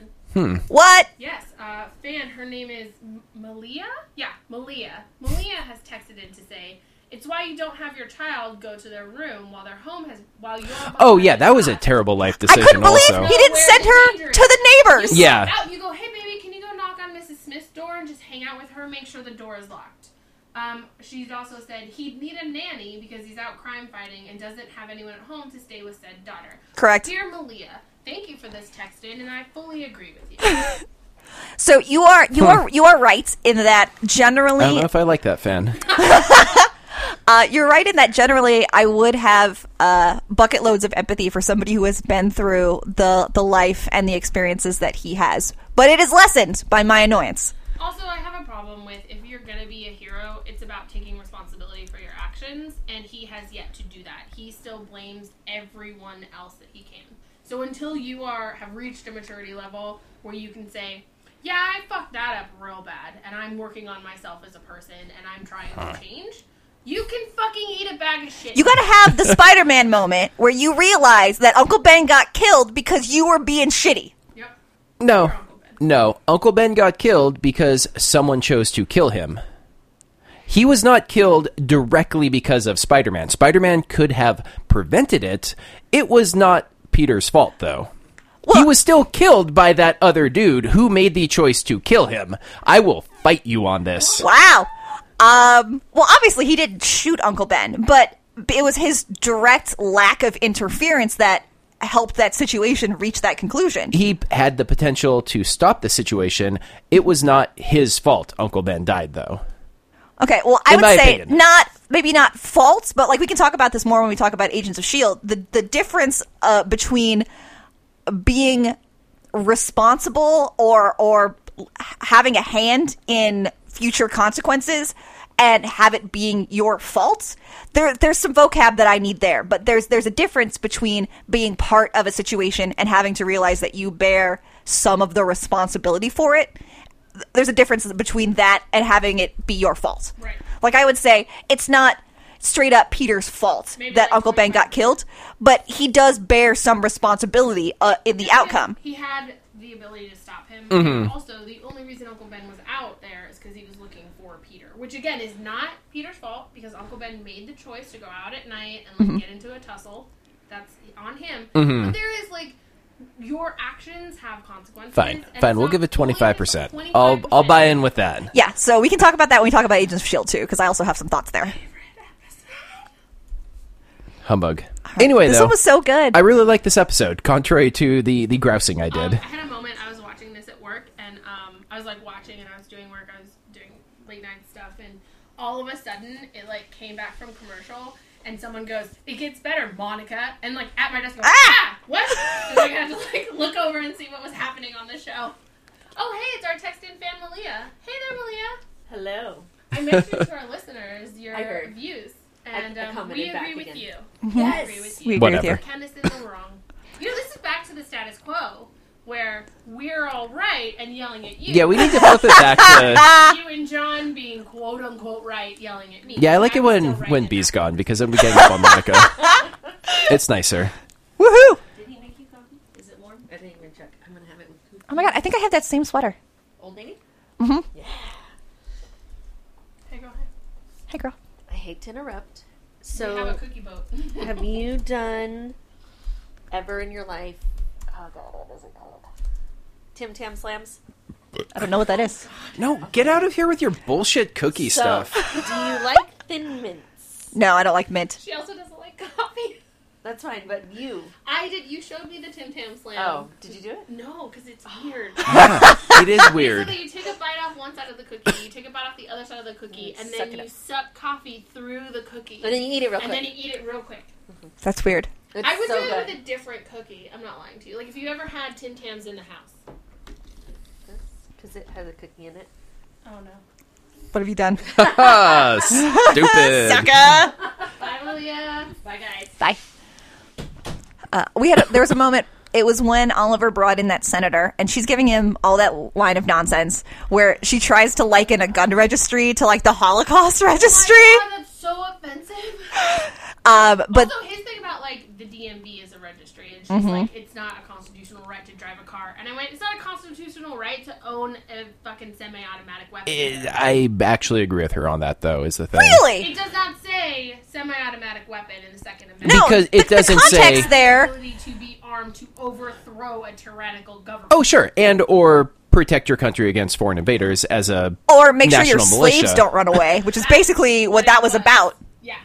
Speaker 3: what
Speaker 4: Yes, uh, fan. Her name is M- Malia. Yeah, Malia. Malia has texted in to say it's why you don't have your child go to their room while their home has while your.
Speaker 2: Oh yeah, that was a terrible life
Speaker 3: i
Speaker 2: decision.
Speaker 3: couldn't believe
Speaker 2: also.
Speaker 3: he didn't
Speaker 4: Where
Speaker 3: send
Speaker 4: it's
Speaker 3: her
Speaker 4: dangerous.
Speaker 3: to the neighbors
Speaker 2: Yeah.
Speaker 4: Out, you go, hey baby, can you go knock on Mrs. Smith's door and just hang out with her? Make sure the door is locked. Um, she's also said he'd need a nanny because he's out crime fighting and doesn't have anyone at home to stay with said daughter.
Speaker 3: correct
Speaker 4: Dear Malia, thank you for this text in, and I fully agree with you.
Speaker 3: so you are you are you are right in that generally
Speaker 2: I don't know if I like that fan.
Speaker 3: Uh, you're right in that generally I would have uh, bucket loads of empathy for somebody who has been through the the life and the experiences that he has, but it is lessened by my annoyance.
Speaker 4: also, I have a problem with if you're gonna be a hero, it's about taking responsibility for your actions, and he has yet to do that. He still blames everyone else that he can. So until you are have reached a maturity level where you can say, "Yeah, I fucked that up real bad, and I'm working on myself as a person, and I'm trying to change," You can fucking eat a bag of shit.
Speaker 3: You gotta have the Spider Man moment where you realize that Uncle Ben got killed because you were being shitty.
Speaker 4: Yep.
Speaker 2: No,
Speaker 4: Uncle Ben.
Speaker 2: no. Uncle Ben got killed because someone chose to kill him. He was not killed directly because of Spider Man. Spider Man could have prevented it. It was not Peter's fault, though. he
Speaker 3: Well-
Speaker 2: was still killed by that other dude who made the choice to kill him. I will fight you on this.
Speaker 3: Wow. Um, well, obviously he didn't shoot Uncle Ben, but it was his direct lack of interference that helped that situation reach that conclusion.
Speaker 2: He had the potential to stop the situation. It was not his fault Uncle Ben died, though.
Speaker 3: Okay, well, I
Speaker 2: In
Speaker 3: would
Speaker 2: my
Speaker 3: say
Speaker 2: opinion.
Speaker 3: not maybe not faults, but like we can talk about this more when we talk about Agents of Shield. E The the difference uh, between being responsible or or having a hand in future consequences and have it being your fault. There there's some vocab that I need there, but there's there's a difference between being part of a situation and having to realize that you bear some of the responsibility for it. There's a difference between that and having it be your fault.
Speaker 4: Right.
Speaker 3: Like I would say it's not straight up Peter's fault
Speaker 4: Maybe
Speaker 3: that
Speaker 4: like
Speaker 3: Uncle Ben got
Speaker 4: 25%.
Speaker 3: killed, but he does bear some responsibility uh, in the outcome.
Speaker 4: He had the ability to stop him.
Speaker 2: Mm-hmm.
Speaker 4: Also, the only reason Uncle Ben was out there is because he was looking for Peter, which again is not Peter's fault because Uncle Ben made the choice to go out at night and
Speaker 3: Mm-hmm.
Speaker 4: like get into a tussle. That's on him.
Speaker 2: Mm-hmm.
Speaker 4: But there is like your actions have consequences.
Speaker 2: Fine,
Speaker 4: and
Speaker 2: fine.
Speaker 4: it's
Speaker 2: We'll
Speaker 4: not
Speaker 2: give it
Speaker 4: only
Speaker 2: twenty five percent. I'll
Speaker 4: 25%.
Speaker 2: I'll buy in with that.
Speaker 3: Yeah, so we can talk about that when we talk about Agents of Shield too, because I also have some thoughts there.
Speaker 2: Humbug. Anyway,
Speaker 3: this
Speaker 2: though,
Speaker 3: one was so good.
Speaker 2: I really like this episode, contrary to the the grousing I did.
Speaker 4: Um, I had a moment. I was watching this at work, and um, I was like watching, and I was doing work. I was doing late night stuff, and all of a sudden, it like came back from commercial, and someone goes, "It gets better, Monica," and like at my desk, I was,
Speaker 3: Ah!
Speaker 4: ah! what? and, like, I had to like look over and see what was happening on the show. Oh, hey, it's our text in fan Malia. Hey there, Malia.
Speaker 1: Hello.
Speaker 4: I mentioned to our listeners your
Speaker 1: I heard.
Speaker 4: views,
Speaker 1: I-
Speaker 4: and
Speaker 1: I
Speaker 4: um,
Speaker 1: commented
Speaker 4: we
Speaker 1: back
Speaker 4: agree with
Speaker 1: again.
Speaker 4: you.
Speaker 1: Yes.
Speaker 4: We agree with you.
Speaker 3: we agree with
Speaker 2: Whatever.
Speaker 3: you.
Speaker 4: Candace is in the wrong. You know, this is back to the status quo where we're all right and yelling at you.
Speaker 2: Yeah, we need to flip it back to.
Speaker 3: Ah,
Speaker 4: You and John being quote unquote right, yelling at me.
Speaker 2: Yeah, I like it
Speaker 4: I'm
Speaker 2: when
Speaker 4: still right
Speaker 2: when
Speaker 4: and
Speaker 2: B's
Speaker 4: happy.
Speaker 2: gone because then we gang up on Monica. It's nicer.
Speaker 3: woohoo!
Speaker 1: Did he make you coffee? Is it warm? I didn't even check. I'm gonna have it with who?
Speaker 3: Oh my god, I think I have that same sweater.
Speaker 1: Old lady.
Speaker 4: Hey, go ahead.
Speaker 3: Hey, girl.
Speaker 1: I hate to interrupt.
Speaker 4: We have a
Speaker 1: So,
Speaker 4: cookie boat.
Speaker 1: have you done ever in your life? Oh god, what is it called? Tim Tam Slams.
Speaker 3: I don't know what that is.
Speaker 2: No, get out of here with your bullshit cookie
Speaker 1: So,
Speaker 2: stuff.
Speaker 1: Do you like Thin Mints?
Speaker 3: No, I don't like mint.
Speaker 4: she also doesn't like coffee.
Speaker 1: That's fine, but you.
Speaker 4: I did. You showed me the Tim Tam Slam.
Speaker 1: Oh, did you do it?
Speaker 4: No, because it's
Speaker 1: Oh.
Speaker 4: weird.
Speaker 2: Yeah, it is
Speaker 4: So
Speaker 2: weird.
Speaker 4: that you take a bite off one side of the cookie, you take a bite off the other side of the cookie, and
Speaker 1: Mm, Suck
Speaker 4: then
Speaker 1: it
Speaker 4: you
Speaker 1: up.
Speaker 4: suck coffee through the cookie,
Speaker 1: And then you eat it real
Speaker 4: and
Speaker 1: quick.
Speaker 4: then you eat it real quick.
Speaker 3: That's weird.
Speaker 1: It's
Speaker 4: I would
Speaker 1: so
Speaker 4: do it
Speaker 1: good.
Speaker 4: with a different cookie. I'm not lying to you. Like if you ever had Tim Tams in the house.
Speaker 1: because it has a cookie in it.
Speaker 4: Oh no.
Speaker 3: What have you done?
Speaker 2: Ah, Stupid.
Speaker 3: Sucker!
Speaker 4: Bye, Malia. Bye, guys.
Speaker 3: Bye. Uh, we had a, there was a moment. It was when Oliver brought in that senator, and she's giving him all that line of nonsense where she tries to liken a gun registry to like the Holocaust registry.
Speaker 4: Oh my God, that's so offensive.
Speaker 3: Um, but
Speaker 4: also, his thing about like the DMV is a registry, and she's like, it's not a constitutional right to drive a car. And I went, it's not a constitutional right to own a fucking semi-automatic weapon.
Speaker 2: It- I actually agree with her on that, though. Is the thing
Speaker 4: It
Speaker 3: really,
Speaker 4: does not say semi-automatic weapon in the Second Amendment.
Speaker 3: no,
Speaker 2: Because it
Speaker 3: the-
Speaker 2: doesn't
Speaker 3: the context
Speaker 2: say-
Speaker 3: there.
Speaker 4: Ability to be armed to overthrow a tyrannical government.
Speaker 2: Oh, sure, and or protect your country against foreign invaders as a
Speaker 3: or make sure your
Speaker 2: national
Speaker 3: slaves
Speaker 2: militia.
Speaker 3: don't run away, which is basically what that was about.
Speaker 4: yeah.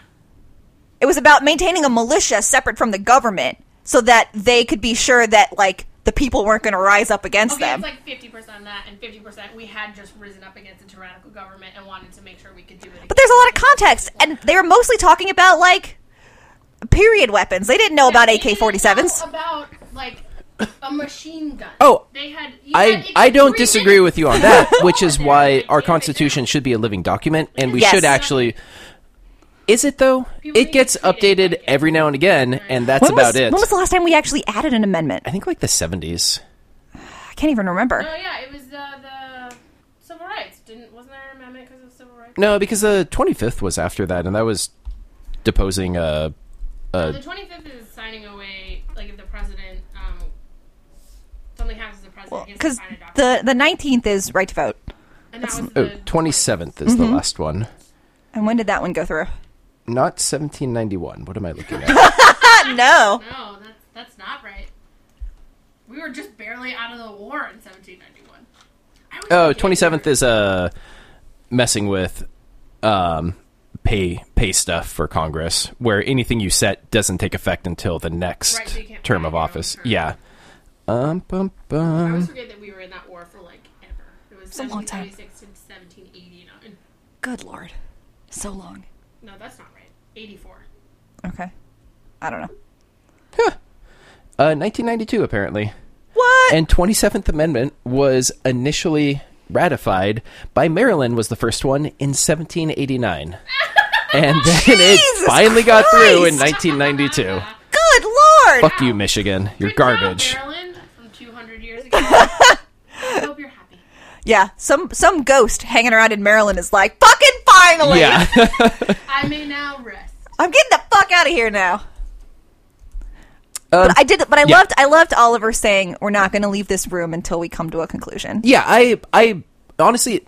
Speaker 3: It was about maintaining a militia separate from the government so that they could be sure that like the people weren't going to rise up against
Speaker 4: Okay,
Speaker 3: them.
Speaker 4: it's like fifty percent that, and fifty percent we had just risen up against a tyrannical government and wanted to make sure we could do it.
Speaker 3: but there's a lot of context and they were mostly talking about like period weapons. They didn't know about AK-47s.
Speaker 4: About like a machine gun.
Speaker 2: Oh,
Speaker 4: they had. you had-
Speaker 2: I,
Speaker 4: it
Speaker 2: I
Speaker 4: took
Speaker 2: don't
Speaker 4: three
Speaker 2: disagree
Speaker 4: minutes.
Speaker 2: with you on that, which
Speaker 4: Oh,
Speaker 2: is
Speaker 4: there,
Speaker 2: why
Speaker 4: like,
Speaker 2: our
Speaker 4: damn it,
Speaker 2: Constitution should be a living document, and we
Speaker 3: Yes.
Speaker 2: should actually. Is it though?
Speaker 4: People
Speaker 2: It gets
Speaker 4: need to treat it
Speaker 2: updated
Speaker 4: like it.
Speaker 2: every now and again, and that's
Speaker 3: When was-
Speaker 2: about it.
Speaker 3: When was the last time we actually added an amendment?
Speaker 2: I think like the seventies.
Speaker 3: I can't even remember.
Speaker 4: Oh, No, yeah, it was uh, the civil rights. Didn't wasn't there an amendment because of civil rights?
Speaker 2: No, because the 25th was after that, and that was deposing. Uh,
Speaker 4: So the 25th is signing away, like if the president, um, something happens to the president, he has to
Speaker 3: Because
Speaker 4: sign a document.
Speaker 3: the the nineteenth is right to vote.
Speaker 4: and that was
Speaker 2: oh,
Speaker 4: the
Speaker 2: 27th is
Speaker 3: Mm-hmm.
Speaker 2: the last one.
Speaker 3: And when did that one go through?
Speaker 2: Not 1791. What am I looking at?
Speaker 3: No.
Speaker 4: No, that's that's not right. We were just barely out of the war in 1791. I was
Speaker 2: oh,
Speaker 4: thinking-
Speaker 2: 27th is uh, messing with um, pay pay stuff for Congress, where anything you set doesn't take effect until the next
Speaker 4: Right, so you can't
Speaker 2: term
Speaker 4: buy
Speaker 2: of
Speaker 4: your own
Speaker 2: office.
Speaker 4: term.
Speaker 2: Yeah. Um, bum,
Speaker 4: I
Speaker 2: bum.
Speaker 4: always forget that we were in that war for like ever. It was
Speaker 3: a long time.
Speaker 4: 1776 to 1789.
Speaker 3: Good lord. So long.
Speaker 4: No, that's not right. 84.
Speaker 3: Okay. I don't know.
Speaker 2: Uh, 1992, apparently.
Speaker 3: What?
Speaker 2: and 27th amendment was initially ratified by maryland was the first one in 1789 and then it
Speaker 3: Jesus
Speaker 2: finally got through in
Speaker 3: Christ!
Speaker 2: 1992
Speaker 3: Good lord.
Speaker 2: fuck you michigan you're
Speaker 4: Good job,
Speaker 2: garbage
Speaker 4: Maryland from 200 years ago. I hope you're happy.
Speaker 3: Yeah. Some some ghost hanging around in Maryland is like, fucking finally.
Speaker 2: yeah
Speaker 4: I may now rest.
Speaker 3: I'm getting the fuck out of here now.
Speaker 2: Um,
Speaker 3: But I did. But I
Speaker 2: yeah.
Speaker 3: loved. I loved Oliver saying, "We're not going to leave this room until we come to a conclusion."
Speaker 2: yeah i i honestly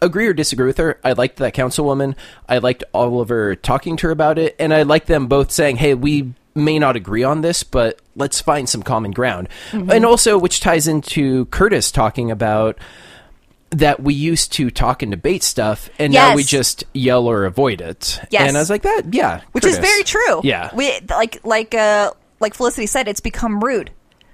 Speaker 2: agree or disagree with her i liked that councilwoman i liked oliver talking to her about it and i liked them both saying hey we may not agree on this but let's find some common ground
Speaker 3: Mm-hmm.
Speaker 2: and also which ties into curtis talking about that we used to talk and debate stuff and now we
Speaker 3: Yes.
Speaker 2: just yell or avoid it
Speaker 3: Yes.
Speaker 2: and i was like that yeah
Speaker 3: which is
Speaker 2: Curtis.
Speaker 3: very true.
Speaker 2: yeah
Speaker 3: we like like uh like Felicity said, it's become rude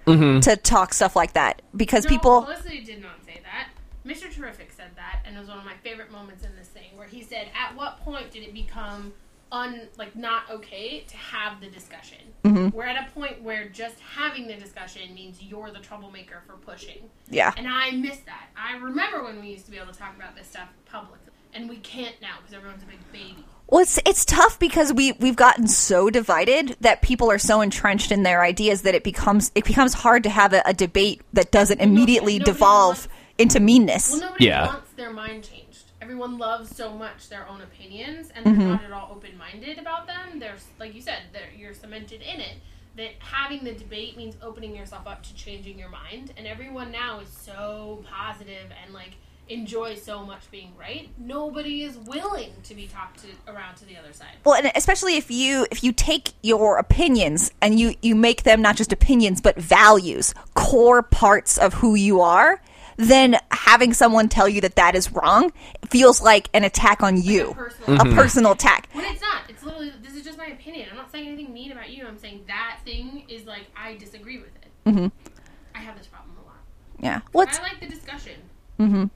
Speaker 2: Mm-hmm.
Speaker 3: to talk stuff like that because
Speaker 4: No,
Speaker 3: people.
Speaker 4: Felicity did not say that. Mr. Terrific said that, and it was one of my favorite moments in this thing, where he said, "At what point did it become un like not okay to have the discussion?
Speaker 3: Mm-hmm.
Speaker 4: We're at a point where just having the discussion means you're the troublemaker for pushing."
Speaker 3: Yeah.
Speaker 4: And I miss that. I remember when we used to be able to talk about this stuff publicly, and we can't now because everyone's a big baby.
Speaker 3: Well, it's it's tough because we we've gotten so divided that people are so entrenched in their ideas that it becomes it becomes hard to have a, a debate that doesn't immediately
Speaker 4: nobody
Speaker 3: devolve
Speaker 4: wants-
Speaker 3: into meanness.
Speaker 4: Well, nobody
Speaker 2: Yeah.
Speaker 4: wants their mind changed. Everyone loves so much their own opinions, and they're not at all open-minded about them. There's, like you said, they're- you're cemented in it. That having the debate means opening yourself up to changing your mind, and everyone now is so positive and like enjoys so much being right. Nobody is willing to be talked to around to the other side.
Speaker 3: Well, and especially if you if you take your opinions and you you make them not just opinions but values, core parts of who you are, then having someone tell you that that is wrong feels like an attack on you,
Speaker 4: Personally,
Speaker 3: a personal attack.
Speaker 4: When it's not, it's literally this is just my opinion. I'm not saying anything mean about you. I'm saying that thing is like I disagree with it. I have this problem a lot.
Speaker 3: Yeah. What's
Speaker 4: I like the discussion.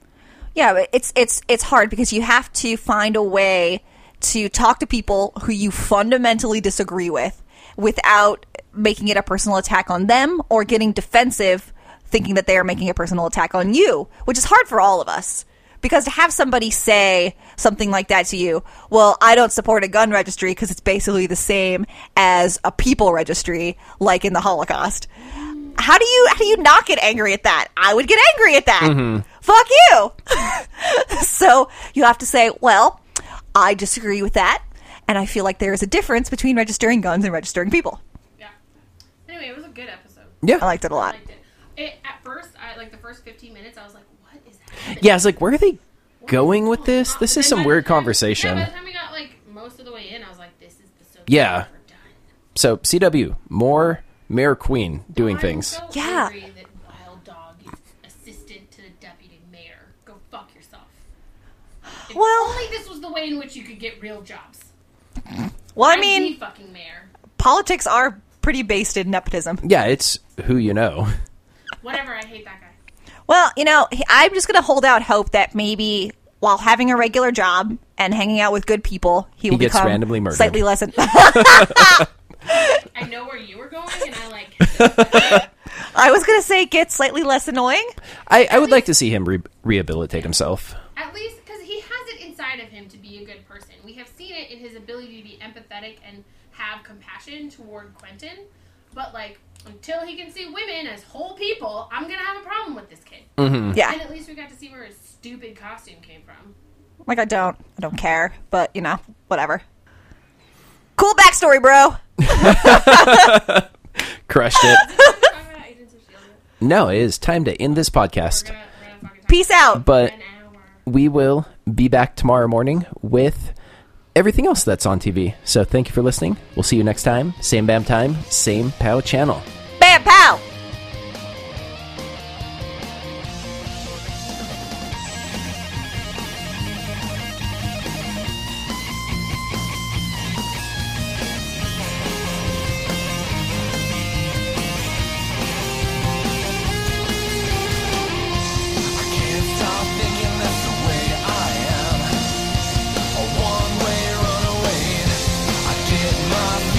Speaker 3: yeah, but it's it's it's hard because you have to find a way to talk to people who you fundamentally disagree with without making it a personal attack on them or getting defensive thinking that they are making a personal attack on you, which is hard for all of us. Because to have somebody say something like that to you, well, I don't support a gun registry because it's basically the same as a people registry, like in the Holocaust. How do you how do you not get angry at that? I would get angry at that. Fuck you. so you have to say, well, I disagree with that, and I feel like there is a difference between registering guns and registering people.
Speaker 4: Yeah. Anyway, it was a good episode.
Speaker 2: yeah
Speaker 3: I liked it a
Speaker 4: I
Speaker 3: lot.
Speaker 4: liked it. It at first, I like the first fifteen minutes, I was like, "What is happening?"
Speaker 2: yeah i was like where are they
Speaker 4: What
Speaker 2: going with
Speaker 4: going
Speaker 2: this
Speaker 4: on?
Speaker 2: this
Speaker 4: But
Speaker 2: is
Speaker 4: then by
Speaker 2: some
Speaker 4: the
Speaker 2: weird
Speaker 4: time-
Speaker 2: conversation
Speaker 4: Yeah, by the time we got like most of the way in, I was like, "This is the so
Speaker 2: Yeah.
Speaker 4: we're done."
Speaker 2: so cw more mayor queen doing
Speaker 4: I'm
Speaker 2: things
Speaker 4: So
Speaker 3: Yeah.
Speaker 4: Angry that Wild Dog is assistant to the deputy mayor. Go fuck yourself. If
Speaker 3: Well-
Speaker 4: only this was the way in which you could get real jobs.
Speaker 3: Well, I
Speaker 4: I'd
Speaker 3: mean,
Speaker 4: be fucking mayor.
Speaker 3: politics are pretty based in nepotism.
Speaker 2: yeah it's who you know
Speaker 4: Whatever. I hate that guy.
Speaker 3: Well, you know, he- I'm just going to hold out hope that maybe while having a regular job and hanging out with good people, he, will
Speaker 2: gets
Speaker 3: become
Speaker 2: randomly murdered.
Speaker 3: slightly less. an-
Speaker 4: I know where you were going, and I like.
Speaker 3: I was going to say get slightly less annoying.
Speaker 2: I, I would like to see him re- rehabilitate himself.
Speaker 4: At least, because he has it inside of him to be a good person. We have seen it in his ability to be empathetic and have compassion toward Quentin. But, like, until he can see women as whole people,
Speaker 2: Mm.
Speaker 4: I'm going to have a problem with this kid.
Speaker 3: Yeah.
Speaker 4: And at least we got to see where his stupid costume came from.
Speaker 3: Like I don't, I don't care. But you know, whatever. Cool backstory, bro.
Speaker 2: Crushed it.
Speaker 4: Talking about Agents of S.H.I.E.L.D.
Speaker 2: now it is time to end this
Speaker 4: We're
Speaker 2: podcast,
Speaker 4: gonna, we're gonna fucking talk
Speaker 3: Peace out.
Speaker 2: but
Speaker 4: an hour.
Speaker 2: we will be back tomorrow morning with everything else that's on TV. So thank you for listening. We'll see you next time. Same BAM time, same POW channel.
Speaker 3: Bam, pow.
Speaker 5: Can't stop thinking that's the way I am. A one-way runaway. I did my